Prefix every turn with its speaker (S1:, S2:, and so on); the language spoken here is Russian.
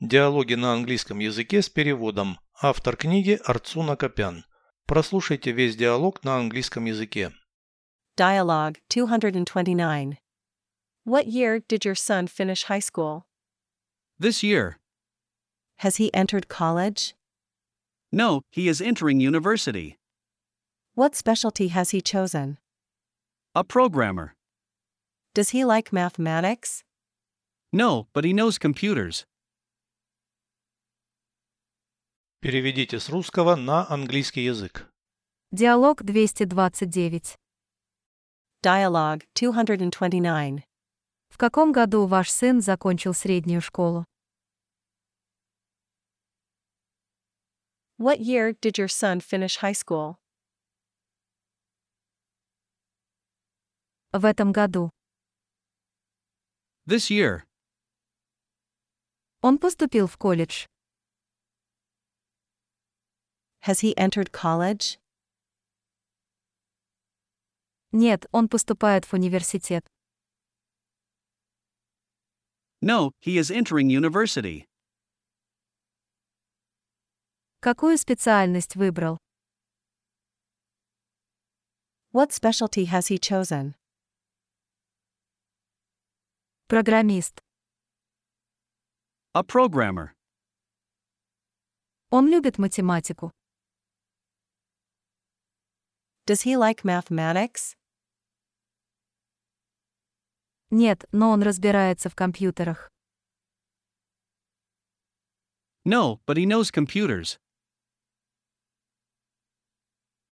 S1: Диалоги на английском языке с переводом. Автор книги Арцуна Копян. Прослушайте весь диалог на английском языке.
S2: Dialogue 229. What year did your son finish high school?
S3: This year.
S2: Has he entered college?
S3: No, he is entering university.
S2: What specialty has he chosen?
S3: A programmer.
S2: Does he like mathematics?
S3: No, but he knows computers.
S1: Переведите с русского на английский язык.
S4: Диалог 229.
S2: Dialogue 229.
S4: В каком году ваш сын закончил среднюю школу?
S2: What year did your son finish high school?
S4: В этом году.
S3: This year.
S4: Он поступил в колледж.
S2: Has he entered college?
S4: Нет, он поступает в университет.
S3: No, he is entering university.
S4: Какую специальность выбрал?
S2: What specialty has he chosen?
S4: Программист.
S3: A programmer.
S4: Он любит математику.
S2: Does he like mathematics?
S4: Нет, но он разбирается в компьютерах.
S3: No, but he knows computers.